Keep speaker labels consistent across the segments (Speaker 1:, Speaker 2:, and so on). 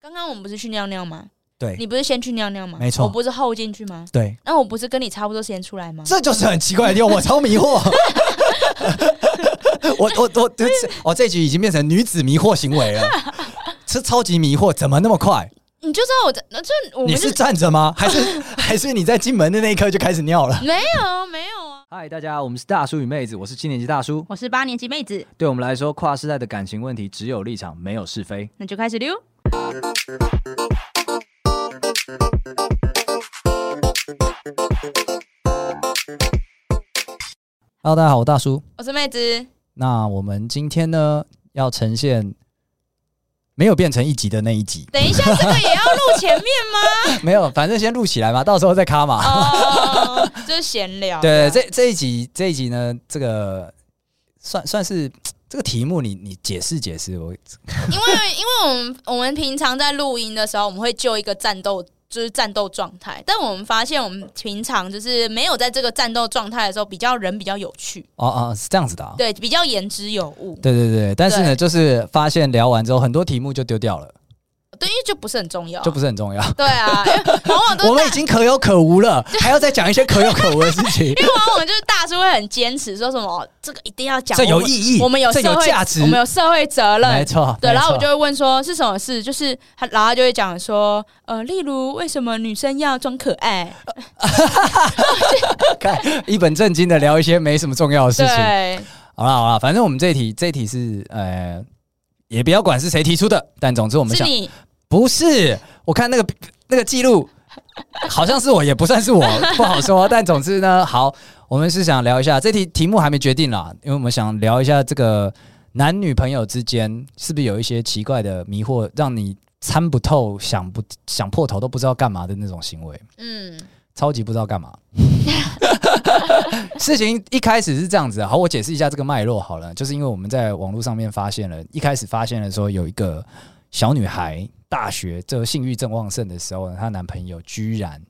Speaker 1: 刚刚我们不是去尿尿吗？
Speaker 2: 对
Speaker 1: 你不是先去尿尿吗？
Speaker 2: 没错
Speaker 1: 我不是后进去吗？
Speaker 2: 对，
Speaker 1: 那我不是跟你差不多时间出来吗？
Speaker 2: 这就是很奇怪的地方，我超 迷惑。我我我这我这局已经变成女子迷惑行为了，是超级迷惑，怎么那么快？
Speaker 1: 你就知道我在，那就我们
Speaker 2: 你
Speaker 1: 就是
Speaker 2: 站着 吗？还是还是你在进门的那一刻就开始尿了？
Speaker 1: 没有没有啊。
Speaker 2: 嗨，大家，我们是大叔与妹子，我是七年级大叔。
Speaker 3: 我是八年级妹子，
Speaker 2: 对我们来说，跨世代的感情问题只有立场，没有是非。
Speaker 3: 那就开始溜。
Speaker 2: Hello，大家好，我大叔。
Speaker 1: 我是妹子，
Speaker 2: 那我们今天呢，要呈现没有变成一集的那一集，
Speaker 1: 等一下这个也要录前面 吗？
Speaker 2: 没有，反正先录起来嘛，到时候再卡嘛。
Speaker 1: 哦，就是闲聊。
Speaker 2: 对，
Speaker 1: 这样
Speaker 2: 这这一集这一集呢，这个算算是这个题目你，你解释解释，我
Speaker 1: 因为因为我们我们平常在录音的时候，我们会就一个战斗。就是战斗状态，但我们发现我们平常就是没有在这个战斗状态的时候，比较人比较有趣，
Speaker 2: 哦哦是这样子的、啊，
Speaker 1: 对，比较言之有物，
Speaker 2: 对对对，但是呢，
Speaker 1: 对
Speaker 2: 就是发现聊完之后，很多题目就丢掉了，
Speaker 1: 对，因为就不是很重要啊，
Speaker 2: 就不是很重要。
Speaker 1: 对啊，因为往往都是
Speaker 2: 我们已经可有可无了，还要再讲一些可有可无的事情，
Speaker 1: 因为往往就是大叔会很坚持说什么这个一定要讲，
Speaker 2: 这有
Speaker 1: 我们
Speaker 2: 意义，
Speaker 1: 我们有
Speaker 2: 这
Speaker 1: 社
Speaker 2: 有
Speaker 1: 会
Speaker 2: 价值
Speaker 1: 我，们有社会责
Speaker 2: 没
Speaker 1: 任。
Speaker 2: 错。
Speaker 1: 对，
Speaker 2: 没
Speaker 1: 然后我
Speaker 2: 错
Speaker 1: 就会问说是什么事，就是他，然后他就会讲说，呃，例如为什么女生要装可爱？
Speaker 2: 看一本正经的聊一些没什么重要的事情。
Speaker 1: 对，
Speaker 2: 好啦好啦，反正我们这一题这一题是呃，也不要管是谁提出的，但总之我们
Speaker 1: 是
Speaker 2: 想。
Speaker 1: 你
Speaker 2: 不是，我看那个那个记录，好像是我，也不算是我，不好说。但总之呢，好，我们是想聊一下这题题目还没决定啦，因为我们想聊一下这个男女朋友之间是不是有一些奇怪的迷惑，让你参不透、想不想破头都不知道干嘛的那种行为，
Speaker 1: 嗯，
Speaker 2: 超级不知道干嘛。事情一开始是这样子，好，我解释一下这个脉络好了，就是因为我们在网络上面发现了，一开始发现了说有一个小女孩，大学这个性欲正旺盛的时候呢，她男朋友居然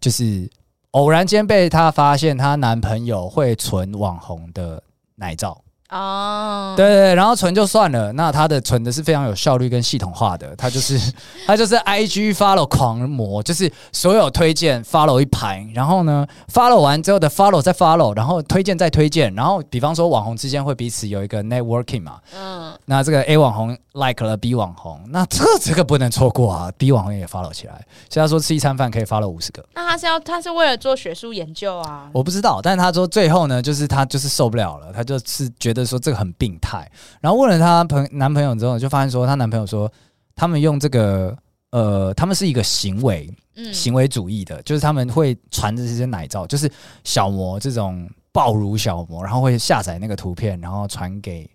Speaker 2: 就是偶然间被她发现，她男朋友会存网红的奶照，
Speaker 1: 哦，
Speaker 2: 对对对，然后存就算了，那她的存的是非常有效率跟系统化的，她就是 她就是 I G follow 狂魔，就是所有推荐 follow 一排，然后呢 follow 完之后的 follow 再 follow，然后推荐再推荐，然后比方说网红之间会彼此有一个 networking 嘛，
Speaker 1: 嗯，
Speaker 2: 那这个 A 网红 like 了 B 网红，那这个这个不能错过啊！B 网红也 follow 起来，所以他说吃一餐饭可以 follow 五十个，
Speaker 1: 那他是要他是为了做学术研究啊，
Speaker 2: 我不知道，但是他说最后呢，就是他就是受不了了，他就是觉得说这个很病态，然后问了她朋男朋友之后，就发现说她男朋友说他们用这个呃，他们是一个行为
Speaker 1: 嗯，
Speaker 2: 行为主义的，就是他们会传着这些奶照，就是小模这种暴乳小模，然后会下载那个图片，然后传给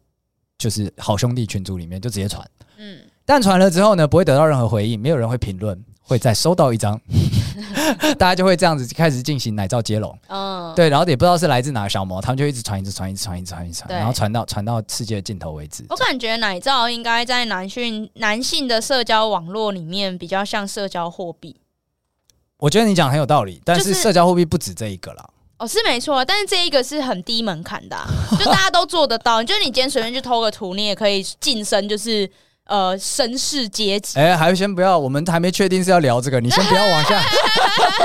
Speaker 2: 就是好兄弟群组里面就直接传。
Speaker 1: 嗯，
Speaker 2: 但传了之后呢，不会得到任何回应，没有人会评论，会再收到一张， 大家就会这样子开始进行奶罩接龙，
Speaker 1: 嗯，
Speaker 2: 对，然后也不知道是来自哪个小魔，他们就一直传，一直传，一直传，一直传，一直传，
Speaker 1: 对哦
Speaker 2: 然后传到传到世界的尽头为止。
Speaker 1: 我感觉奶罩应该在男性男性的社交网络里面比较像社交货币，
Speaker 2: 我觉得你讲得很有道理，但是
Speaker 1: 就是
Speaker 2: 社交货币不止这一个啦，
Speaker 1: 哦，是没错，但是这一个是很低门槛的啊、就大家都做得到。就是你今天随便去偷个图，你也可以晋升，就是呃绅士阶级。
Speaker 2: 哎、还先不要，我们还没确定是要聊这个，你先不要往下，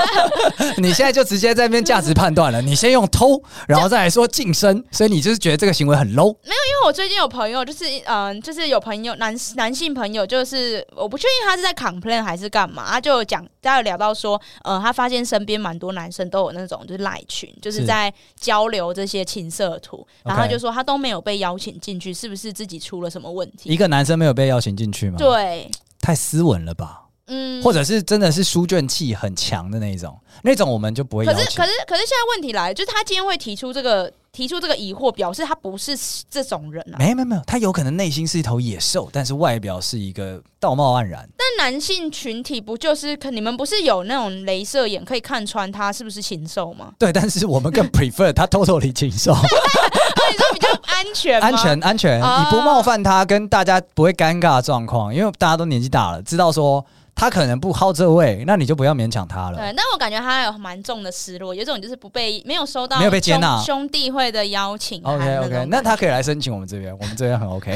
Speaker 2: 你现在就直接在那边价值判断了，你先用偷，然后再来说晋升，所以你就是觉得这个行为很 low，
Speaker 1: 因为我最近有朋友，就是嗯、就是有朋友男男性朋友，就是我不确定他是在 complain 还是干嘛，他就有讲，他有聊到说，呃，他发现身边蛮多男生都有那种就是赖群，就是
Speaker 2: 是
Speaker 1: 在交流这些情色图，然后他
Speaker 2: OK
Speaker 1: 就说他都没有被邀请进去，是不是自己出了什么问
Speaker 2: 一
Speaker 1: 题？
Speaker 2: 个男生没有被邀请进去吗？，
Speaker 1: 对，
Speaker 2: 太斯文了吧。
Speaker 1: 嗯，
Speaker 2: 或者是真的是书卷气很强的那一种，那种我们就不会邀
Speaker 1: 可
Speaker 2: 请。
Speaker 1: 是可是可是现在问题来了，就是他今天会提出这个提出这个疑惑，表示他不是这种人啊。
Speaker 2: 没有没有没有，他有可能内心是一头野兽，但是外表是一个道貌岸然。
Speaker 1: 但男性群体不就是可你们不是有那种镭射眼可以看穿他是不是禽兽吗？
Speaker 2: 对，但是我们更 prefer 他 totally 禽兽，
Speaker 1: 你说比较安全吗？
Speaker 2: 安全安全，
Speaker 1: 哦
Speaker 2: 你不冒犯他，跟大家不会尴尬的状况，因为大家都年纪大了，知道说他可能不好这位，那你就不要勉强他了。
Speaker 1: 对，但我感觉他有蛮重的失落，有种就是不被没有收到
Speaker 2: 没有被接纳
Speaker 1: 兄兄弟会的邀请函
Speaker 2: OK
Speaker 1: 种
Speaker 2: OK，
Speaker 1: 感
Speaker 2: 那他
Speaker 1: 觉
Speaker 2: 可以来申请我们这边，我们这边 很 OK。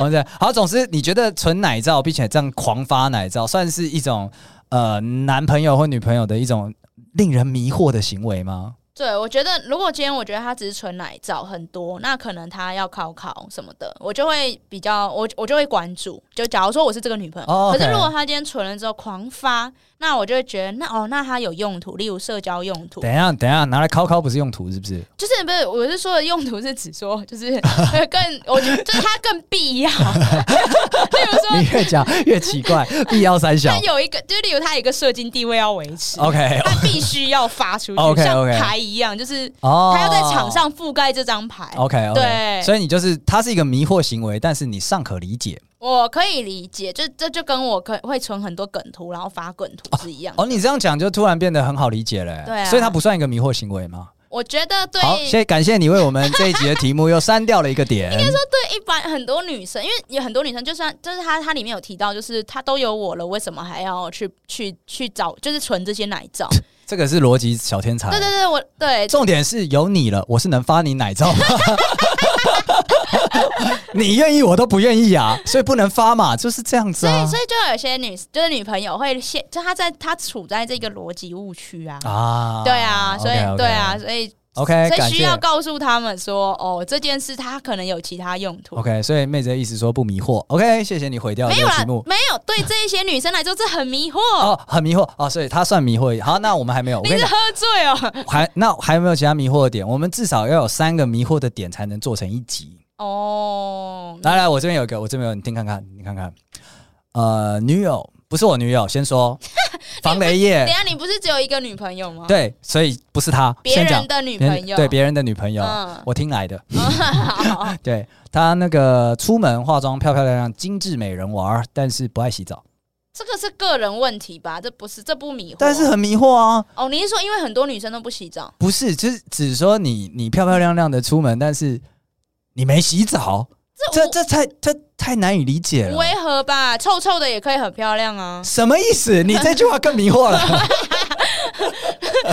Speaker 2: 我们这边好，总之你觉得存奶照并且这样狂发奶照，算是一种呃男朋友或女朋友的一种令人迷惑的行为吗？
Speaker 1: 对我觉得，如果今天我觉得他只是纯奶照很多，那可能他要考考什么的，我就会比较我我就会关注。就假如说我是这个女朋友
Speaker 2: 哦，OK
Speaker 1: 可是如果他今天存了之后狂发，那我就会觉得那哦，那他有用途，例如社交用途，
Speaker 2: 等一下，等一下，拿来考考不是用途是不是？
Speaker 1: 就是不是我是说的用途是指说就是 会更，我觉得就是他更必要。
Speaker 2: 哦
Speaker 1: 例如说
Speaker 2: 你，越讲越奇 怪，必要三小
Speaker 1: 啊他。有一个，就例如他有一个社经地位要维持
Speaker 2: OK
Speaker 1: 他必须要发出去
Speaker 2: 哦 OK，OK
Speaker 1: 像牌一样，就是
Speaker 2: 哦，
Speaker 1: 他要在场。上覆盖这张牌。
Speaker 2: OK OK，
Speaker 1: 对
Speaker 2: 所以你就是它是一个迷惑行为，但是你尚可理解。
Speaker 1: 我可以理解，就这就跟我可会存很多梗图，然后发梗图是一样。
Speaker 2: 哦，你这样讲就突然变得很好理解了、
Speaker 1: 对啊
Speaker 2: 所以它不算一个迷惑行为吗？
Speaker 1: 我觉得对
Speaker 2: 好，谢谢感谢你为我们这一集的题目又删掉了一 个点。应该说，
Speaker 1: 对一般很多女生，因为有很多女生，就算就是她她里面有提到，就是她都有我了，为什么还要去去去找，就是存这些奶 照？
Speaker 2: 这个是逻辑小天才。
Speaker 1: 对对对，我对
Speaker 2: 重点是有你了，我是能发你奶照吗？ 你愿意我都不愿意啊，所以不能发嘛，就是这样子
Speaker 1: 所以，
Speaker 2: 啊。
Speaker 1: 所以就有些女，就是女朋友会陷，就她在她处在这个逻辑误区啊，
Speaker 2: 啊
Speaker 1: 对啊，所以
Speaker 2: OK，OK
Speaker 1: 对啊，所以
Speaker 2: ，OK，哎
Speaker 1: 所
Speaker 2: 感
Speaker 1: 以需
Speaker 2: 谢
Speaker 1: 要告诉他们说，哦，这件事它可能有其他用途。
Speaker 2: OK，所以妹子的意思说不迷惑。OK，谢谢你毁掉
Speaker 1: 没
Speaker 2: 这
Speaker 1: 有
Speaker 2: 个
Speaker 1: 啦
Speaker 2: 题目，。
Speaker 1: 没有，对这一些女生来说，这很迷惑。
Speaker 2: 哦，很迷惑哦，所以他算迷惑。好，那我们还没有，我
Speaker 1: 你
Speaker 2: 跟你
Speaker 1: 是
Speaker 2: 讲，
Speaker 1: 喝醉哦？
Speaker 2: 还那还有没有其他迷惑的点？我们至少要有三个迷惑的点才能做成一集。
Speaker 1: 哦，
Speaker 2: 来来，我这边有一个，我这边有，你听看看，你看看。呃，女友不是我女友，先 说防雷
Speaker 1: 等一
Speaker 2: 夜，
Speaker 1: 下你不是只有一个女朋友吗？，
Speaker 2: 对，所以不是他，
Speaker 1: 别
Speaker 2: 先讲
Speaker 1: 人的女朋友，
Speaker 2: 对别人的女朋友，
Speaker 1: 嗯
Speaker 2: 我听来的。
Speaker 1: 好
Speaker 2: 对他那个出门化妆漂漂亮亮，精致美人娃儿，但是不爱洗澡，
Speaker 1: 这个是个人问题吧？这不是，这不迷惑。
Speaker 2: 但是很迷惑啊。
Speaker 1: 哦，你是说因为很多女生都不洗澡？
Speaker 2: 不是，就是只说你你漂漂亮亮的出门，但是你没洗澡，这
Speaker 1: 无
Speaker 2: 这太这太难以理解了。，
Speaker 1: 为何吧？臭臭的也可以很漂亮啊
Speaker 2: 什么意 思？你这句话更迷惑了。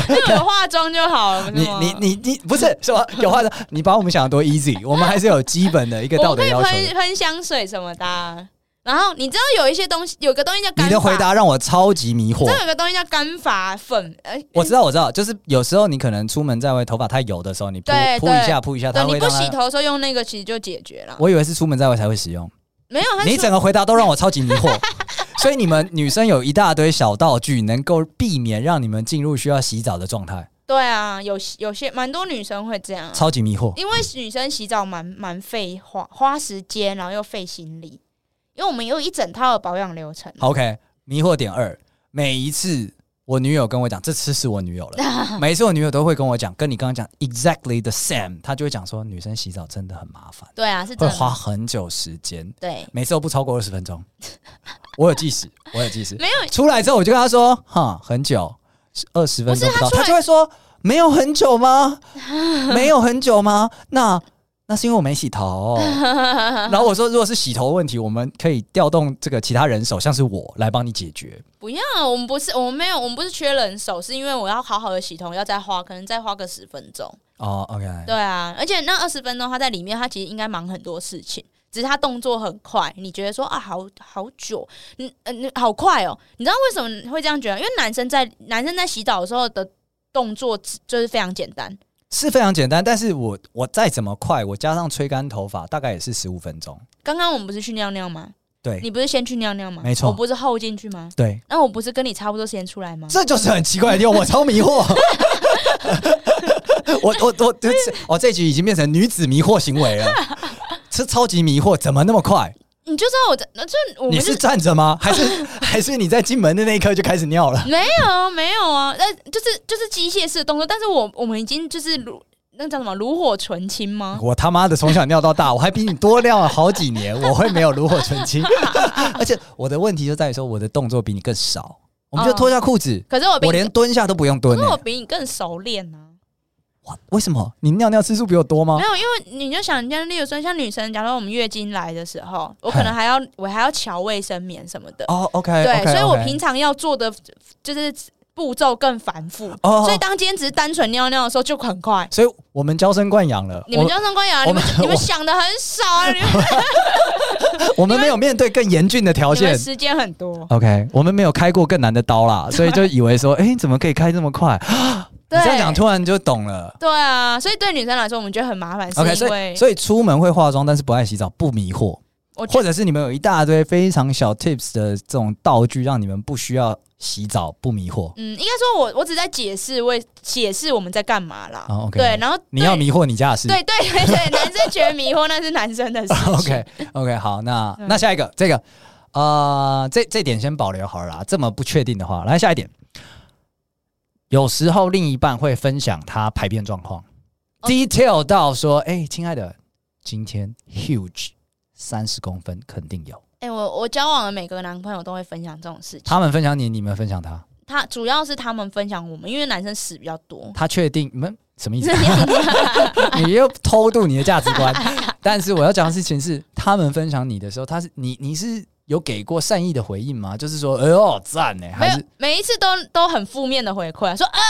Speaker 1: 那有化妆就好了，不
Speaker 2: 你
Speaker 1: 是吗
Speaker 2: 你你你不是什么有话说，你把我们 想的多 easy，我们还是有基本的一个道
Speaker 1: 我
Speaker 2: 德
Speaker 1: 可以
Speaker 2: 要求
Speaker 1: 喷
Speaker 2: 的。
Speaker 1: 喷香水什么的啊、然后你知道有一些东西，有个东西叫干
Speaker 2: 你
Speaker 1: 发，
Speaker 2: 的回答让我超级迷惑
Speaker 1: 真。的有个东西叫干发粉，哎、
Speaker 2: 我知道，我知道，就是有时候你可能出门在外，头发太油的时候，你扑
Speaker 1: 对
Speaker 2: 扑一下，扑一下，
Speaker 1: 对，
Speaker 2: 它会
Speaker 1: 你不
Speaker 2: 让它
Speaker 1: 洗头的时候用那个其实就解决了。
Speaker 2: 我以为是出门在外才会使用。
Speaker 1: 没有，它
Speaker 2: 你整
Speaker 1: 是
Speaker 2: 个回答都让我超级迷惑。 所以你们女生有一大堆小道具，能够避免让你们进入需要洗澡的状态，
Speaker 1: 对啊，有有些蛮多女生会这样啊、
Speaker 2: 超级迷惑。
Speaker 1: 因为女生洗澡蛮蛮费花花时间，然后又费心力，因为我们有一整套的保养流程。
Speaker 2: 好 OK，迷惑点二，每一次我女友跟我讲这次是我女友 了，每一次我女友都会跟我讲，跟你刚刚讲 exactly the same，她就会讲说女生洗澡真的很麻烦，
Speaker 1: 对啊，是
Speaker 2: 会
Speaker 1: 真
Speaker 2: 花
Speaker 1: 的。
Speaker 2: 很久时间，
Speaker 1: 对，
Speaker 2: 每次都不超过二十分钟。 我有计时，我有计时，
Speaker 1: 没有
Speaker 2: 出来之后我就跟他说：“哈，很久，二十分钟不到。”
Speaker 1: 不是他出来
Speaker 2: 他就会说：“没有很久吗？没有很久吗？那那是因为我没 洗头。”然后我说：“如果是洗头问题，我们可以调动这个其他人手，像是我来帮你解决。
Speaker 1: 不要，我们不是，我们没有，我们不是缺人手，是因为我要好好的洗头，要再花，可能再花个十分钟。”
Speaker 2: 哦，OK，
Speaker 1: 对啊，而且那二十分钟他在里面，他其实应该忙很多事情，只是他动作很快，你觉得说啊，好好久，嗯嗯，好快哦。你知道为什么会这样觉得？因为男生在男生在洗澡的时候的动作只就是非常简单，
Speaker 2: 是非常简单。但是我我再怎么快，我加上吹干头发，大概也是十五分钟。
Speaker 1: 刚刚我们不是去尿尿吗？
Speaker 2: 对
Speaker 1: 你不是先去尿尿吗？
Speaker 2: 没错
Speaker 1: 我不是后进去吗？
Speaker 2: 对，
Speaker 1: 那我不是跟你差不多时间出来吗？
Speaker 2: 这就是很奇怪的地方，我超迷 惑。我我我这哦，这局已经变成女子迷惑行为了，这超级迷惑，怎么那么快？
Speaker 1: 你就知道我在，那就我
Speaker 2: 你
Speaker 1: 们就是
Speaker 2: 站着吗？还是 还是你在进门的那一刻就开始尿了？
Speaker 1: 没有啊没有啊，那就是就是机械式的动作，但是我我们已经就是如那叫什么炉火纯青吗？
Speaker 2: 我他妈的从小尿到大，我还比你多尿了好几年，我会没有炉火纯青？ 而且我的问题就在于说，我的动作比你更少，我们就脱下裤子，
Speaker 1: 哦可是我比
Speaker 2: 我
Speaker 1: 你
Speaker 2: 连蹲下都不用蹲、
Speaker 1: 因为我
Speaker 2: 欸。
Speaker 1: 比你更熟练啊。
Speaker 2: 哇，为什么你尿尿次数比我多吗
Speaker 1: 没？有，因为你就想，像例如说，像女生，假如我们月经来的时候，我可能还要我还要调卫生棉什么的，
Speaker 2: 哦，OK，
Speaker 1: 对
Speaker 2: o k
Speaker 1: 所以我平常要做的就是步骤更繁复。
Speaker 2: 哦，
Speaker 1: 所以当今天只是单纯尿尿的时候就很快。
Speaker 2: 所以我们娇生惯养了，
Speaker 1: 你们就生官员，
Speaker 2: 我
Speaker 1: 啊你们
Speaker 2: 们
Speaker 1: 你们
Speaker 2: 我
Speaker 1: 想的很少啊， 你们
Speaker 2: 我我们没有面对更严峻的条
Speaker 1: 你们
Speaker 2: 件。
Speaker 1: 时间很多。
Speaker 2: OK，我们没有开过更难的刀啦，所以就以为说，哎、怎么可以开这 么快？你
Speaker 1: 对，
Speaker 2: 这样讲，突然就懂了。
Speaker 1: 对啊，所以对女生来说，我们觉得很麻烦，是
Speaker 2: OK，
Speaker 1: 因
Speaker 2: 所
Speaker 1: 为
Speaker 2: 以所以出门会化妆，但是不爱洗澡，不迷惑，
Speaker 1: 我觉
Speaker 2: 或
Speaker 1: 得
Speaker 2: 者是你们有一大堆非常小 tips 的这种道具，让你们不需要洗澡，不迷惑。
Speaker 1: 嗯，应该说我我只在解释为解释我们在干嘛啦。
Speaker 2: 哦，OK
Speaker 1: 对，然后
Speaker 2: 你要
Speaker 1: 对
Speaker 2: 迷惑你家的事。
Speaker 1: 对对对对，男生觉得迷惑那是男生的事情。
Speaker 2: OK OK，好，那
Speaker 1: 对
Speaker 2: 那下一个这个，呃，这这点先保留好了啦。这么不确定的话，来下一点。有时候另一半会分享他排便状况、
Speaker 1: 哦
Speaker 2: d e t a i l 到说：“哎、亲爱的，今天 huge 三十公分肯定有。
Speaker 1: 哎、我我交往的每个男朋友都会分享这种事”情，
Speaker 2: 他们分享你，你们分享他，。
Speaker 1: 他主要是他们分享我们，因为男生屎比较多
Speaker 2: 他确定你们什么意思
Speaker 1: 这？样子
Speaker 2: 你又偷渡你的价值观。但是我要讲的事情是，他们分享你的时候，他是你你是有给过善意的回应吗？就是说，哎呦赞呢，
Speaker 1: 没
Speaker 2: 还
Speaker 1: 有
Speaker 2: 是
Speaker 1: 每一次都都很负面的回馈，说哎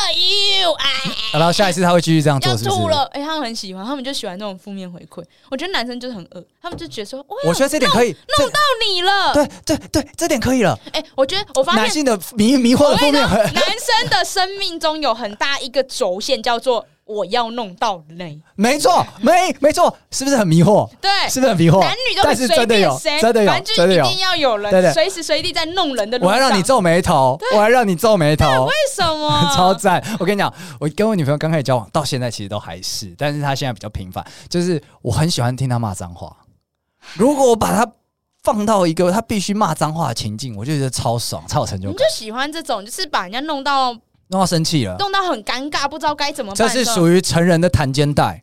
Speaker 1: 呦哎
Speaker 2: 然后下一次他会继续这样做，
Speaker 1: 要
Speaker 2: 是不是？
Speaker 1: 吐了，哎、他们很喜欢，他们就喜欢这种负面回馈。我觉得男生就是很恶，他们就觉得说哇
Speaker 2: 我觉得这点可以，弄到
Speaker 1: 到你了，
Speaker 2: 对对对，这点可以了。
Speaker 1: 哎、我觉得我发
Speaker 2: 男
Speaker 1: 现
Speaker 2: 性的迷迷惑的负面，
Speaker 1: 男生的生命中有很大一个轴线叫做我要弄到你，
Speaker 2: 没错，没没错，是不是很迷惑？
Speaker 1: 对。
Speaker 2: 是不是很迷惑？
Speaker 1: 哎男女都
Speaker 2: 但是真的有，
Speaker 1: 谁
Speaker 2: 真的有
Speaker 1: 反，
Speaker 2: 真
Speaker 1: 正
Speaker 2: 的
Speaker 1: 就
Speaker 2: 有
Speaker 1: 一。定要有
Speaker 2: 对对
Speaker 1: 人随时随地在弄人的路
Speaker 2: 我
Speaker 1: 上。啊
Speaker 2: 要让你皱眉头，我要让你皱眉头
Speaker 1: 为，什么？
Speaker 2: 超赞！我跟你讲，我跟我女朋友刚开始交往到现在，其实都还是，但是她现在比较频繁，就是我很喜欢听她骂脏话。如果我把她放到一个她必须骂脏话的情境，我就觉得超爽，超有成就
Speaker 1: 你
Speaker 2: 感，
Speaker 1: 就喜欢这种，就是把人家弄到
Speaker 2: 弄她生气了。
Speaker 1: 弄到很尴尬，不知道该怎么办
Speaker 2: 这
Speaker 1: 的时
Speaker 2: 是
Speaker 1: 候。
Speaker 2: 属于成人的弹肩带，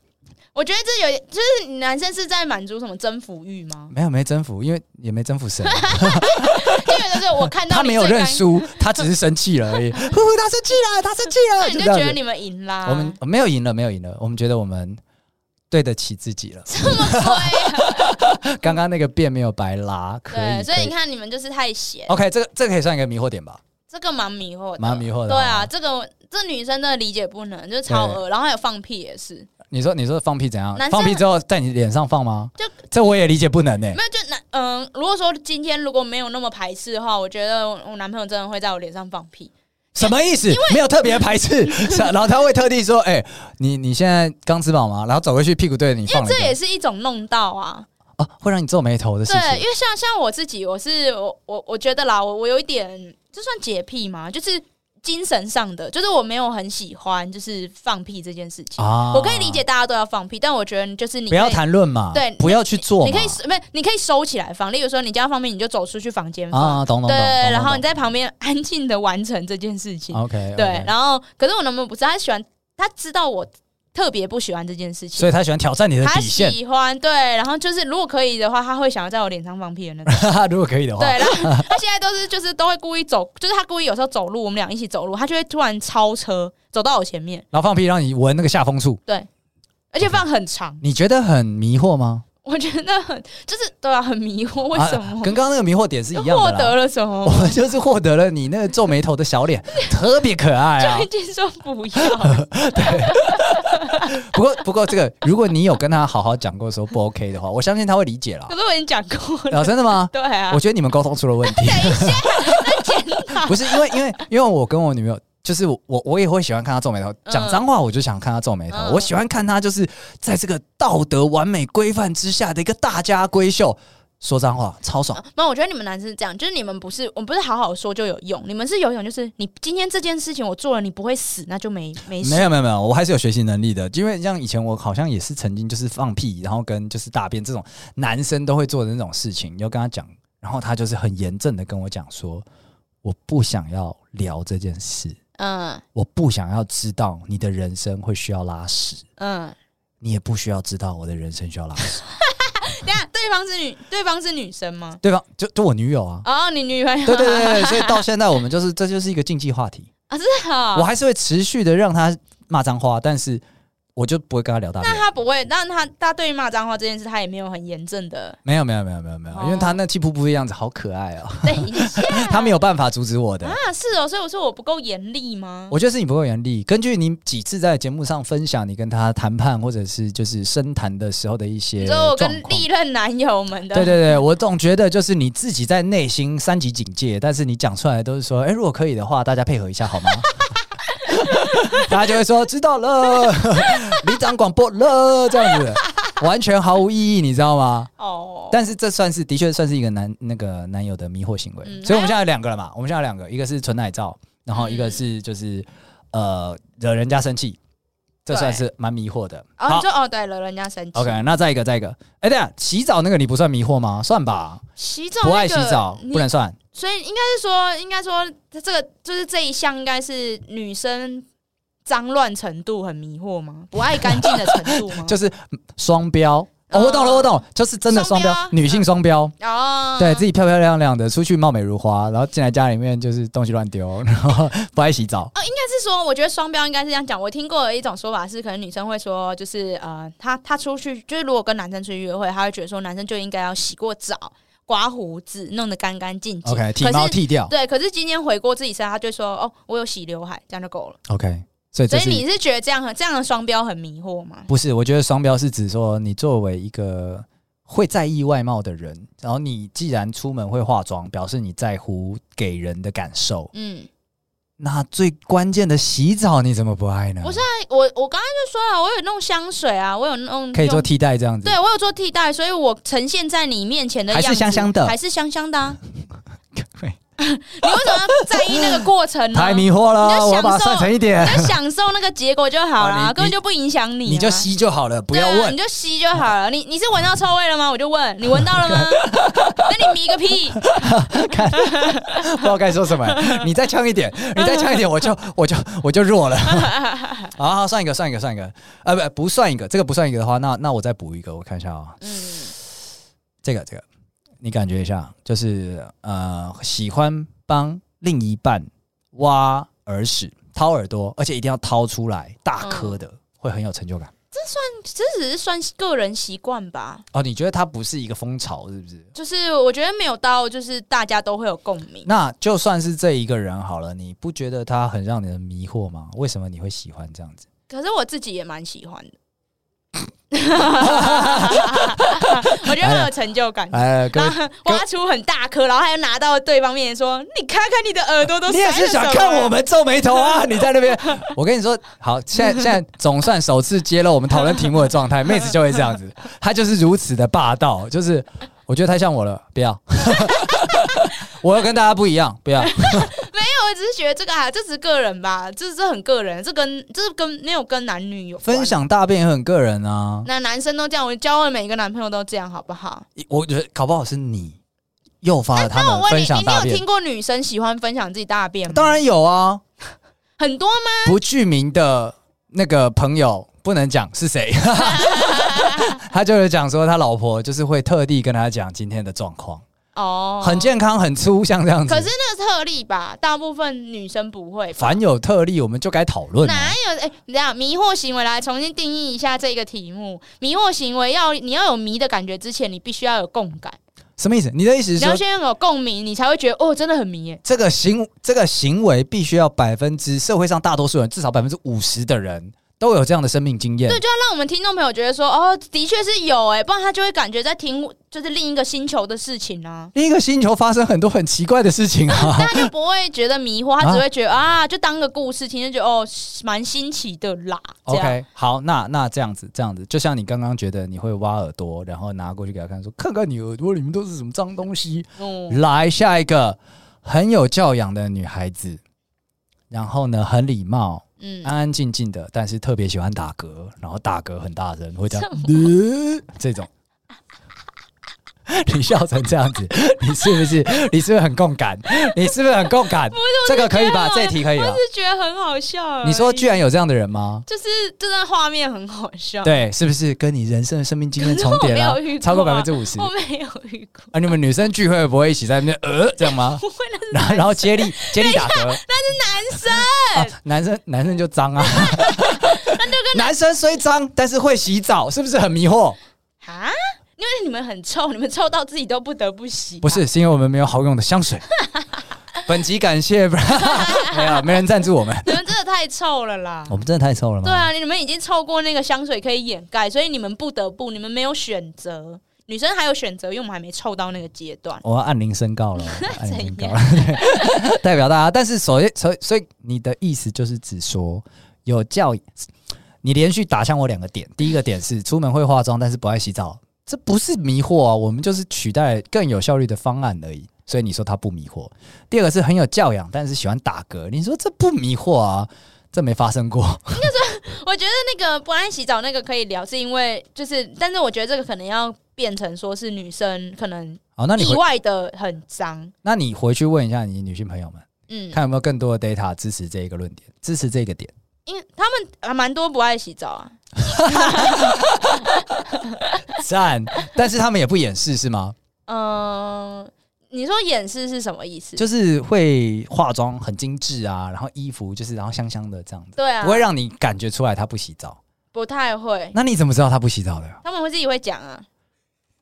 Speaker 1: 我觉得这有就是男生是在满足什么征服欲 吗？
Speaker 2: 没有没征服，因为也没征服谁，
Speaker 1: 就有的时候我看到
Speaker 2: 他
Speaker 1: 你
Speaker 2: 没有
Speaker 1: 最
Speaker 2: 认
Speaker 1: 尴
Speaker 2: 输，他只是生气了 而已。呼呼，他生气了，他生气
Speaker 1: 尬，
Speaker 2: 了，
Speaker 1: 你就
Speaker 2: 这样
Speaker 1: 觉
Speaker 2: 子
Speaker 1: 得你啊们赢啦。
Speaker 2: 我们没有赢了，没有赢了，我们觉得我们对得起自己了。
Speaker 1: 这么亏，
Speaker 2: 刚刚那个辩没有白拉，可以。
Speaker 1: 对，所
Speaker 2: 可
Speaker 1: 以你看你们就是太闲，
Speaker 2: OK，这个这个可以算一个迷惑点吧？
Speaker 1: 这个蛮迷惑的，
Speaker 2: 蛮迷惑的
Speaker 1: 对啊，
Speaker 2: 哦
Speaker 1: 这个这女生真的理解不能，就是超
Speaker 2: 对
Speaker 1: 恶，然后还有放屁也是，
Speaker 2: 你说你说放屁怎样
Speaker 1: 男？生
Speaker 2: 放屁之后在你脸上放吗？
Speaker 1: 就
Speaker 2: 这我也理解不能呢、
Speaker 1: 没有就男嗯，如果说今天如果没有那么排斥的话，我觉得我男朋友真的会在我脸上放屁。
Speaker 2: 什么意思？没有特别排斥，是啊然后他会特地说：“哎、你你现在刚吃饱吗？”然后走过去，屁股对着你
Speaker 1: 因
Speaker 2: 放
Speaker 1: 为
Speaker 2: 了一
Speaker 1: 这也
Speaker 2: 个，
Speaker 1: 是一种弄到啊，
Speaker 2: 哦，会让你皱眉头的事
Speaker 1: 对，
Speaker 2: 情
Speaker 1: 因。为像像我自己，我是我我我觉得啦，我我有一点，这算洁癖嘛，就是精神上的，就是我没有很喜欢就是放屁这件事情。
Speaker 2: 啊
Speaker 1: 我可以理解大家都要放屁，但我觉得就是你
Speaker 2: 不要
Speaker 1: 可以，
Speaker 2: 谈论嘛，
Speaker 1: 对
Speaker 2: 不要去做嘛，
Speaker 1: 你可以收没有，你可以收起来放。例如说，你家放屁，你就走出去房间放，
Speaker 2: 啊，懂懂懂，
Speaker 1: 对，
Speaker 2: 懂
Speaker 1: 然后你
Speaker 2: 懂
Speaker 1: 在旁边安静的完成这件事情。
Speaker 2: OK，
Speaker 1: 对，，然后可是我男朋友不是，他喜欢，他知道我特别不喜欢这件事情，
Speaker 2: 所以他喜欢挑战你的
Speaker 1: 他
Speaker 2: 底线，
Speaker 1: 喜欢对，然后就是如果可以的话，他会想要在我脸上放屁的那种。
Speaker 2: 如果可以的话，
Speaker 1: 对，然后 他现在都是就是都会故意走，就是他故意有时候走路，我们俩一起走路，他就会突然超车走到我前面，
Speaker 2: 然后放屁让你闻那个下风处，
Speaker 1: 而且放很长，
Speaker 2: 你觉得很迷惑吗？
Speaker 1: 我觉得很就是对啊，很迷惑，为什么
Speaker 2: 啊？跟刚刚那个迷惑点是一
Speaker 1: 就
Speaker 2: 样的啦
Speaker 1: 获得了什么
Speaker 2: 我？们就是获得了你那个皱眉头的 小脸，特别可爱啊
Speaker 1: 就已。经说不要了，
Speaker 2: 不过不过这个，如果你有跟他好好讲过说不 OK 的话，我相信他会理解 啦
Speaker 1: 可。是我已经讲过
Speaker 2: 啊，
Speaker 1: 了，
Speaker 2: 真的 吗？
Speaker 1: 对啊
Speaker 2: 我，觉得你们沟通出了问 题，不是因为因为因为我跟我女朋友。就是我我我也会喜欢看她皱眉头，
Speaker 1: 嗯
Speaker 2: 讲脏话我就想看她皱眉头。
Speaker 1: 嗯
Speaker 2: 我喜欢看她就是在这个道德完美规范之下的一个大家闺秀，说脏话超爽。
Speaker 1: 没有，我觉得你们男生是这样，就是你们不是，我们不是好好说就有用，你们是有用，就是你今天这件事情我做了，你不会死，那就没没事
Speaker 2: 没。有没有没有，我还是有学习能力的，因为像以前我好像也是曾经就是放屁，然后跟就是大便这种男生都会做的那种事情，要跟他讲，然后他就是很严正的跟我讲说，我不想要聊这件事，
Speaker 1: 嗯
Speaker 2: 我不想要知道你的人生会需要拉屎。
Speaker 1: 嗯，
Speaker 2: 你也不需要知道我的人生需要拉屎。
Speaker 1: 等一下对方是女，对方是女生吗？
Speaker 2: 对方就就我女友啊，
Speaker 1: 哦，你女朋友
Speaker 2: 对对对对，所以到现在我们就是这就是一个禁忌话题，
Speaker 1: 啊，是啊，
Speaker 2: 我还是会持续的让她骂脏话，但是我就不会跟他聊大
Speaker 1: 那
Speaker 2: 便。
Speaker 1: 他不会，但他他对于骂脏话这件事，他也没有很严正的。
Speaker 2: 没有没有没有没有没有，
Speaker 1: 哦
Speaker 2: 因为他那气噗噗的样子好可爱哦、
Speaker 1: 等一下，
Speaker 2: 他没有办法阻止我的。
Speaker 1: 啊，是哦，所以我说我不够严厉吗？
Speaker 2: 我觉得是你不够严厉。根据你几次在节目上分享你跟他谈判或者是就是深谈的时候的一些
Speaker 1: 你说我
Speaker 2: 状
Speaker 1: 跟
Speaker 2: 况，
Speaker 1: 历任男友们的，
Speaker 2: 对对对，我总觉得就是你自己在内心三级警戒，但是你讲出来都是说，哎、如果可以的话，大家配合一下 好吗？大家就会说知 道了，里长广播了，这样子完全毫无意义，你知道吗？
Speaker 1: 哦，
Speaker 2: 但是这算是的确算是一个男那个男友的迷惑行为，
Speaker 1: 嗯
Speaker 2: 所以我们现在有两个了嘛，我们现在有两个，一个是纯奶罩，然后一个是
Speaker 1: 嗯
Speaker 2: 就是、呃惹人家生气，这
Speaker 1: 对
Speaker 2: 算是蛮迷惑的。
Speaker 1: 哦，
Speaker 2: 好
Speaker 1: 你说哦，对了，人家生气。
Speaker 2: ，OK，那再一个再一个，哎、等一下洗澡那个你不算迷惑吗？算吧，
Speaker 1: 洗啊澡、那
Speaker 2: 不
Speaker 1: 个
Speaker 2: 爱洗澡
Speaker 1: 你
Speaker 2: 不能算。
Speaker 1: 所以应该是说，应该说这个就是这一项应该是女生脏乱程度很迷惑吗？不爱干净的程度吗？
Speaker 2: 就是是嗯双标。哦，
Speaker 1: 嗯
Speaker 2: 我懂了，我懂了，就是真的双标
Speaker 1: 双，标啊
Speaker 2: 女性双标。
Speaker 1: 哦，
Speaker 2: 对自己漂漂亮亮的，出去貌美如花，然后进来家里面就是东西乱丢，然后不爱洗澡。
Speaker 1: 哦，应该是说，我觉得双标应该是这样讲。我听过的一种说法是，可能女生会说，就是呃，她她出去，就是如果跟男生出去约会，她会觉得说，男生就应该要洗过澡、刮胡子，弄得干干净净。
Speaker 2: OK，剃
Speaker 1: 哦可
Speaker 2: 毛
Speaker 1: 是
Speaker 2: 剃掉。
Speaker 1: 对，可是今天回过自己身，她就会说，哦，我有洗刘海，这样就够了。
Speaker 2: OK，所以
Speaker 1: 所
Speaker 2: 这
Speaker 1: 以
Speaker 2: 是
Speaker 1: 你是觉得这样很这样的双标很迷惑吗？
Speaker 2: 不是？我觉得双标是指说你作为一个会在意外貌的人，然后你既然出门会化妆，表示你在乎给人的感受。
Speaker 1: 嗯，
Speaker 2: 那最关键的洗澡你怎么不爱呢？
Speaker 1: 不是那我我刚刚就说了，我有弄香水啊，我有弄
Speaker 2: 可以做
Speaker 1: 用
Speaker 2: 替代这样子。
Speaker 1: 对我有做替代，所以我呈现在你面前的
Speaker 2: 还
Speaker 1: 样
Speaker 2: 是
Speaker 1: 子
Speaker 2: 香香的
Speaker 1: 还是香香的、啊。
Speaker 2: 对，
Speaker 1: 你为什么要在意那个过程呢？
Speaker 2: 太迷惑
Speaker 1: 你
Speaker 2: 了，
Speaker 1: 就
Speaker 2: 我
Speaker 1: 享
Speaker 2: 把它
Speaker 1: 受
Speaker 2: 算成一点。
Speaker 1: 你就享受那个结果就好
Speaker 2: 哦
Speaker 1: 啦，
Speaker 2: 你
Speaker 1: 根本就不影响你、啊，
Speaker 2: 你就吸就好了，不要
Speaker 1: 对啊
Speaker 2: 问
Speaker 1: 你。就吸就好了。你你是闻到臭味了吗？我就问你闻到了 吗？那你迷个屁！啊
Speaker 2: 不知道该说什 么，你再呛一点，你再呛一点，我就我就我就 弱了。好好，算一个，算一个，算一个。呃，不，不算一个，这个不算一个的话，那那我再补一个，我看一下啊、
Speaker 1: 嗯，
Speaker 2: 这个这个，你感觉一下，就是呃，喜欢帮另一半挖耳屎、掏耳朵，而且一定要掏出来大颗的，会很有成就感。
Speaker 1: 这只是算个人习惯吧。
Speaker 2: 哦，你觉得它不是一个风潮，是不是？
Speaker 1: 就是我觉得没有到，就是大家都会有共鸣。
Speaker 2: 那就算是这一个人好了，你不觉得他很让人迷惑吗？为什么你会喜欢这样子？
Speaker 1: 可是我自己也蛮喜 欢的，我觉得很有成就感。
Speaker 2: 哎，各位
Speaker 1: 然后挖出很大颗，然后还要拿到对方面前说：“你看看你的耳朵都
Speaker 2: 你
Speaker 1: 塞
Speaker 2: 也
Speaker 1: 了
Speaker 2: 是
Speaker 1: 什
Speaker 2: 想
Speaker 1: 么啊
Speaker 2: 看我？们皱眉头 啊？你在那边，我跟你说，好，现在现在总算首次揭露我们讨论题目的状 态，妹子就会这样子，她就是如此的霸道，就是我觉得太像我了，不要，我要跟大家不一样，不要，
Speaker 1: 没有，我只是觉得这个啊，这只是个人吧，这这很个人，这跟这跟没有跟男女有关
Speaker 2: 分。享大便也很个人啊，
Speaker 1: 那男生都这样，我交的每一个男朋友都这样，好不好？
Speaker 2: 我觉得搞不好是你诱发了他
Speaker 1: 哎那我
Speaker 2: 们
Speaker 1: 问
Speaker 2: 嗯分
Speaker 1: 你，
Speaker 2: 享
Speaker 1: 你
Speaker 2: 大
Speaker 1: 有
Speaker 2: 便
Speaker 1: 听，过女生喜欢分享自己大便吗？
Speaker 2: 当然有啊，
Speaker 1: 很多吗？
Speaker 2: 不具名的那个朋友不能讲是谁， 他就是讲说他老婆就是会特地跟他讲今天的状况。
Speaker 1: 哦，
Speaker 2: 很健康、很粗，像这样子。
Speaker 1: 可是那个特例吧，大部分女生不会吧。
Speaker 2: 凡有特例，我们就该讨论啊。
Speaker 1: 哪有？哎、你这样迷惑行为来重新定义一下这个题目。迷惑行为要你要有迷的感觉之前，你必须要有共感，
Speaker 2: 什么意思？你的意思
Speaker 1: 你
Speaker 2: 是
Speaker 1: 要
Speaker 2: 说，
Speaker 1: 先有共鸣，你才会觉得哦，真的很迷耶。
Speaker 2: 这个行这个行为必须要百分之社会上大多数人，至少百分之五十的人都有这样的生命经验
Speaker 1: 对，。就要让我们听众朋友觉得说，哦，的确是有哎，不然他就会感觉在听就是另一个星球的事情啊。
Speaker 2: 另一个星球发生很多很奇怪的事 情啊。
Speaker 1: 他就不会觉得迷惑，
Speaker 2: 啊
Speaker 1: 他只会觉得啊就当个故事听，就觉得哦，蛮新奇的啦。这样嗯
Speaker 2: OK，好，那那这样子，这样子，就像你刚刚觉得你会挖耳朵，然后拿过去给他看，说看看你耳朵里面都是什么脏东西。
Speaker 1: 嗯，
Speaker 2: 来，下一个很有教养的女孩子，然后呢，很礼貌，
Speaker 1: 嗯，
Speaker 2: 安安静静的，但是特别喜欢打嗝，然后打嗝很大声，会这样，呃 这种。你笑成这样子， 你是不是？你是不是很共感？你是不是很共感？这个可以吧？
Speaker 1: 觉得
Speaker 2: 这一题可以
Speaker 1: 啊我
Speaker 2: 吧？
Speaker 1: 是觉得很好笑而已。
Speaker 2: 你说居然有这样的人吗？
Speaker 1: 就是真的画面很好笑。
Speaker 2: 对，是不是跟你人生的生命经验重叠
Speaker 1: 可是我
Speaker 2: 了
Speaker 1: 没有遇？过啊
Speaker 2: 超过百分之五十
Speaker 1: 我没有遇过，
Speaker 2: 啊！你们女生聚会不会一起在那边呃这 样吗？
Speaker 1: 不会那
Speaker 2: 然后然后接 力接力打嗝，哦
Speaker 1: 是男生，
Speaker 2: 啊男生男生就脏啊！
Speaker 1: 那就跟
Speaker 2: 男生虽脏，但是会洗澡，是不是很迷 惑？
Speaker 1: 啊？因为你们很臭，你们臭到自己都不得不洗、
Speaker 2: 不是，，是因为我们没有好用 的香水。本集感谢， 没有，没人赞助我们，
Speaker 1: 你们真的太臭了啦！
Speaker 2: 我们真的太臭了吗？
Speaker 1: 对啊，你们已经臭过那个香水可以掩盖，所以你们不得不，你们没有选择。女生还有选择，因为我们还没臭到那个阶段。
Speaker 2: 我要按铃声告了，按铃声告了，对 代表大家。但是所以所以所以你的意思就是指说有教你连续打向我两个点，第一个点是出门会化妆，但是不爱洗澡，这不是迷惑啊，我们就是取代更有效率的方案而已。所以你说他不迷惑。第二个是很有教养，但是喜欢打嗝，你说这不迷惑啊？这没发生过，
Speaker 1: 我觉得那个不爱洗澡那个可以聊，是因为就是，但是我觉得这个可能要变成说是女生可能
Speaker 2: 好，那你
Speaker 1: 意
Speaker 2: 回
Speaker 1: 外的很脏，
Speaker 2: 那你回去问一下你女性朋友们，
Speaker 1: 嗯，
Speaker 2: 看有没有更多的 data 支持这一个论点，支持这个点。
Speaker 1: 因为他们还蛮多不爱洗澡啊，
Speaker 2: 赞，但是他们也不掩饰是吗？
Speaker 1: 嗯、你说掩饰是什么意思？
Speaker 2: 就是会化妆很精致啊，然后衣服就是然后香香的这样子，
Speaker 1: 对啊
Speaker 2: 不，会让你感觉出来他不洗澡。
Speaker 1: 不太会，
Speaker 2: 那你怎么知道他不洗澡的？
Speaker 1: 他们会自己会讲啊。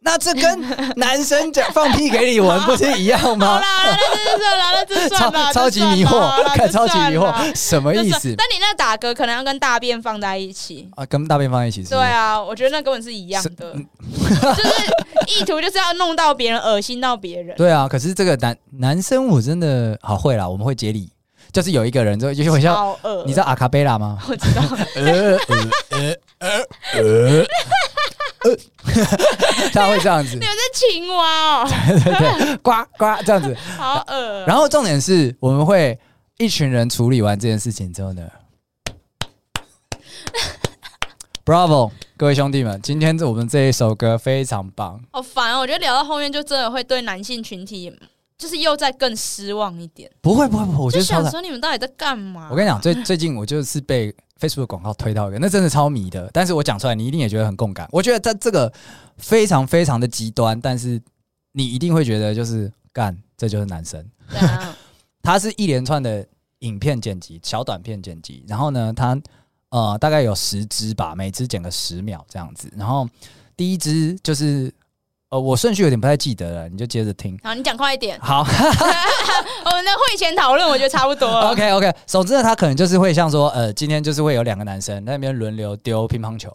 Speaker 2: 那这跟男生讲放屁给你闻不是一样
Speaker 1: 好
Speaker 2: 吗
Speaker 1: 啦，？那这就算 了，那这算吧
Speaker 2: 超，超级迷惑， 看超级迷惑，什么
Speaker 1: 什
Speaker 2: 意思
Speaker 1: 但你那打嗝可能要跟大便放在一起。
Speaker 2: 啊？跟大便放在一起是嗯
Speaker 1: 对
Speaker 2: 不是？
Speaker 1: 啊，我觉得那根本是一样的， 就是意图就是要弄到别人，恶心到别人。
Speaker 2: 对啊，可是这个男男生我真的好会啦，我们会接力，就是有一个人就就会像
Speaker 1: 好恶，
Speaker 2: 你知道阿卡贝拉 吗？
Speaker 1: 我知道，
Speaker 2: 呃呃呃呃呃，他会这样子
Speaker 1: 你，们是青蛙哦，
Speaker 2: 呱呱这样子。
Speaker 1: 好恶。
Speaker 2: 然后重点是，我们会一群人处理完这件事情之后呢，Bravo，各位兄弟们，今天我们这一首歌非常棒。
Speaker 1: 好烦哦！我觉得聊到后面就真的会对男性群体，就是又再更失望一点。
Speaker 2: 不会不会不会，我觉
Speaker 1: 就
Speaker 2: 得超
Speaker 1: 想
Speaker 2: 赞。
Speaker 1: 说你们到底在干嘛？
Speaker 2: 我跟你讲，最最近我就是被 Facebook 广告推到一个，那真的超迷的。但是我讲出来，你一定也觉得很共感。我觉得它这个非常非常的极端，但是你一定会觉得就是干，这就是男生。
Speaker 1: 怎样，
Speaker 2: 它是一连串的影片剪辑、小短片剪辑，然后呢，它呃大概有十支吧，每支剪个十秒这样子。然后第一支就是呃，我顺序有点不太记得了，你就接着听。
Speaker 1: 好，你讲快一点。
Speaker 2: 好
Speaker 1: 我们的会前讨论，我觉得差不多了。
Speaker 2: ，OK OK，总之呢，它可能就是会像说，呃，今天就是会有两个男生在那边轮流丢乒乓球，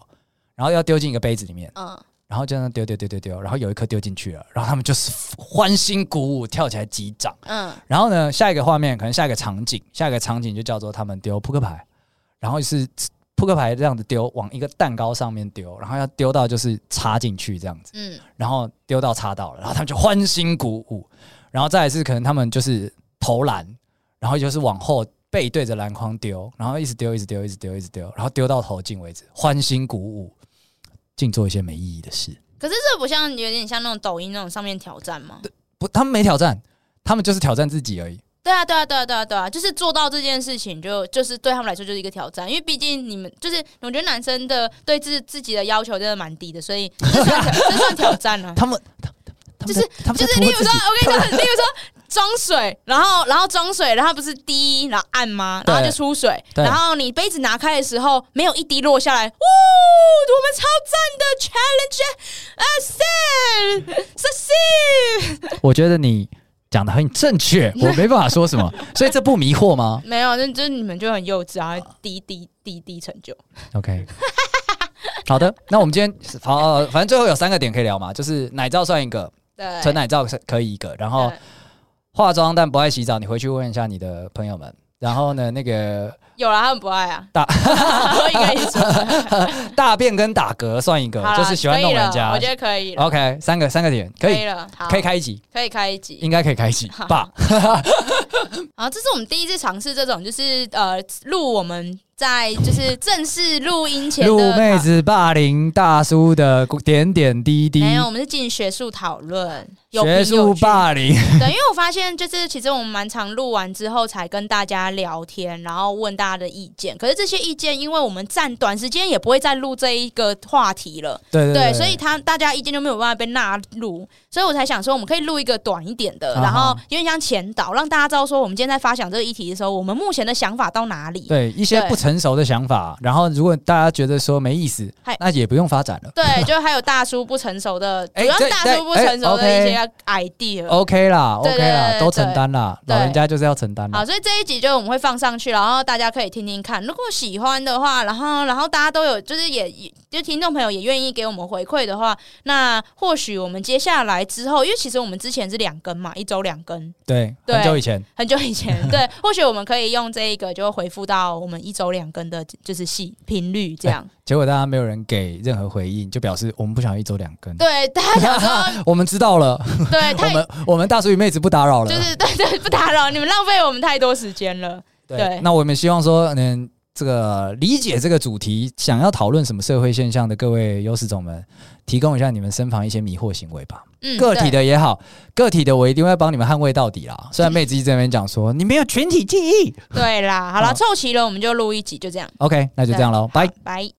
Speaker 2: 然后要丢进一个杯子里面，
Speaker 1: 嗯，
Speaker 2: 然后就这样丢丢丢丢丢，然后有一颗丢进去了，然后他们就是欢欣鼓舞，跳起来击掌。
Speaker 1: 嗯，
Speaker 2: 然后呢，下一个画面可能下一个场景，下一个场景就叫做他们丢扑克牌，然后是扑克牌这样子丢，往一个蛋糕上面丢，然后要丢到就是插进去这样子，
Speaker 1: 嗯，
Speaker 2: 然后丢到插到了，然后他们就欢欣鼓舞，然后再来是可能他们就是投篮，然后就是往后背对着篮筐丢，然后一直丢，一直丢，一直丢，一直丢，然后丢到投进为止，欢欣鼓舞，尽做一些没意义的事。
Speaker 1: 可是这不像有点像那种抖音那种上面挑战吗？
Speaker 2: 不，他们没挑战，他们就是挑战自己而已。
Speaker 1: 对啊，对啊，对啊，对啊，对啊，就是做到这件事情就，就是对他们来说就是一个挑战，因为毕竟你们就是我觉得男生的对自自己的要求真的蛮低的，所以 这算挑这算挑战啊。
Speaker 2: 他们，他他们
Speaker 1: 就是
Speaker 2: 在他们
Speaker 1: 就
Speaker 2: 在
Speaker 1: 是
Speaker 2: 突
Speaker 1: 例
Speaker 2: 破
Speaker 1: 如
Speaker 2: 自
Speaker 1: 说，
Speaker 2: 己
Speaker 1: 我跟你 讲，例如说装水，然后然后装水，然后不是滴，然后按吗？然后
Speaker 2: 对
Speaker 1: 就出水，
Speaker 2: 对
Speaker 1: 然后你杯子拿开的时候没有一滴落下来，哇，我们超赞的 challenge，啊呃 s s
Speaker 2: 我觉得你讲的很正 确，我没办法说什么，所以这不迷惑吗
Speaker 1: 没有，那就是你们就很幼稚啊，滴滴滴滴成就，
Speaker 2: ？OK，好的，那我们今天好、呃反正最后有三个点可以聊嘛，就是奶罩算一个，
Speaker 1: 对，
Speaker 2: 纯奶罩是可以一个，然后
Speaker 1: 对
Speaker 2: 化妆但不爱洗澡，你回去问一下你的朋友们。然后呢，那个
Speaker 1: 有啦，他们不爱啊，
Speaker 2: 大
Speaker 1: 我应该也说，
Speaker 2: 大便跟打嗝算一个
Speaker 1: 好，啦
Speaker 2: 就是喜欢弄人家
Speaker 1: 可以了我。觉得可以了，
Speaker 2: OK，三个三个点可
Speaker 1: 可
Speaker 2: 以
Speaker 1: 了，好
Speaker 2: 可以嗯开一集，
Speaker 1: 可以开一集，
Speaker 2: 应该可以开一集
Speaker 1: 好
Speaker 2: 吧？
Speaker 1: 好，这是我们第一次尝试这种，就是呃，录我们在就是正式录音前的
Speaker 2: 录妹
Speaker 1: 讨
Speaker 2: 子霸凌大叔的点点滴滴，
Speaker 1: 没有，我们是进学术讨论，有凭有
Speaker 2: 学术
Speaker 1: 据
Speaker 2: 霸凌。
Speaker 1: 对，因为我发现就是其实我们蛮常录完之后才跟大家聊天，然后问大家的意见。可是这些意见，因为我们占短时间也不会再录这一个话题了，
Speaker 2: 对对
Speaker 1: 对，所以他大家意见就没有办法被纳入，所以我才想说，我们可以录一个短一点的，
Speaker 2: 啊哈
Speaker 1: 然后有点像前导，让大家知道说我们今天在发想这个议题的时候，我们目前的想法到哪里。
Speaker 2: 对一些
Speaker 1: 对
Speaker 2: 不成熟的想法。然后，如果大家觉得说没意思
Speaker 1: 嗨，
Speaker 2: 那也不用发展了。
Speaker 1: 对，就还有大叔不成熟的，主
Speaker 2: 哎
Speaker 1: 要是
Speaker 2: 这
Speaker 1: 大
Speaker 2: 这
Speaker 1: 叔不成熟的
Speaker 2: 哎
Speaker 1: 一
Speaker 2: ，OK 哦
Speaker 1: 些 idea。
Speaker 2: OK 啦
Speaker 1: 呃对对
Speaker 2: ，OK 啦，
Speaker 1: 对
Speaker 2: 都承担啦，
Speaker 1: 对
Speaker 2: 老人家就是要承担啦
Speaker 1: 好，。所以这一集就我们会放上去，然后大家可以听听看。如果喜欢的话，然后然后大家都有，就是也也就听众朋友也愿意给我们回馈的话，那或许我们接下来之后，因为其实我们之前是两更嘛，一周两更，
Speaker 2: 对，
Speaker 1: 对
Speaker 2: 很久以前，
Speaker 1: 很久以 前，对，或许我们可以用这一个就回复到我们一周两更的，就是系频率这样。
Speaker 2: 结果大家没有人给任何回应，就表示我们不想要一周两更。
Speaker 1: 对，大家想说，
Speaker 2: 我们知道了，
Speaker 1: 对，
Speaker 2: 哎我
Speaker 1: 太
Speaker 2: 们我们大叔与妹子不打扰了。
Speaker 1: 就是对对，不打扰你们，浪费我们太多时间了。对
Speaker 2: 那我们希望说能这个理解这个主题，想要讨论什么社会现象的各位优势种们，提供一下你们身旁一些迷惑行为吧。
Speaker 1: 嗯，
Speaker 2: 个体
Speaker 1: 对
Speaker 2: 的也好，个体的我一定会帮你们捍卫到底啦。虽然妹子一直在那边讲说你没有群体记忆
Speaker 1: 对啦，好啦，
Speaker 2: 好
Speaker 1: 凑齐了我们就录一集，就这样。
Speaker 2: ，OK，那就这样喽，拜。
Speaker 1: 拜。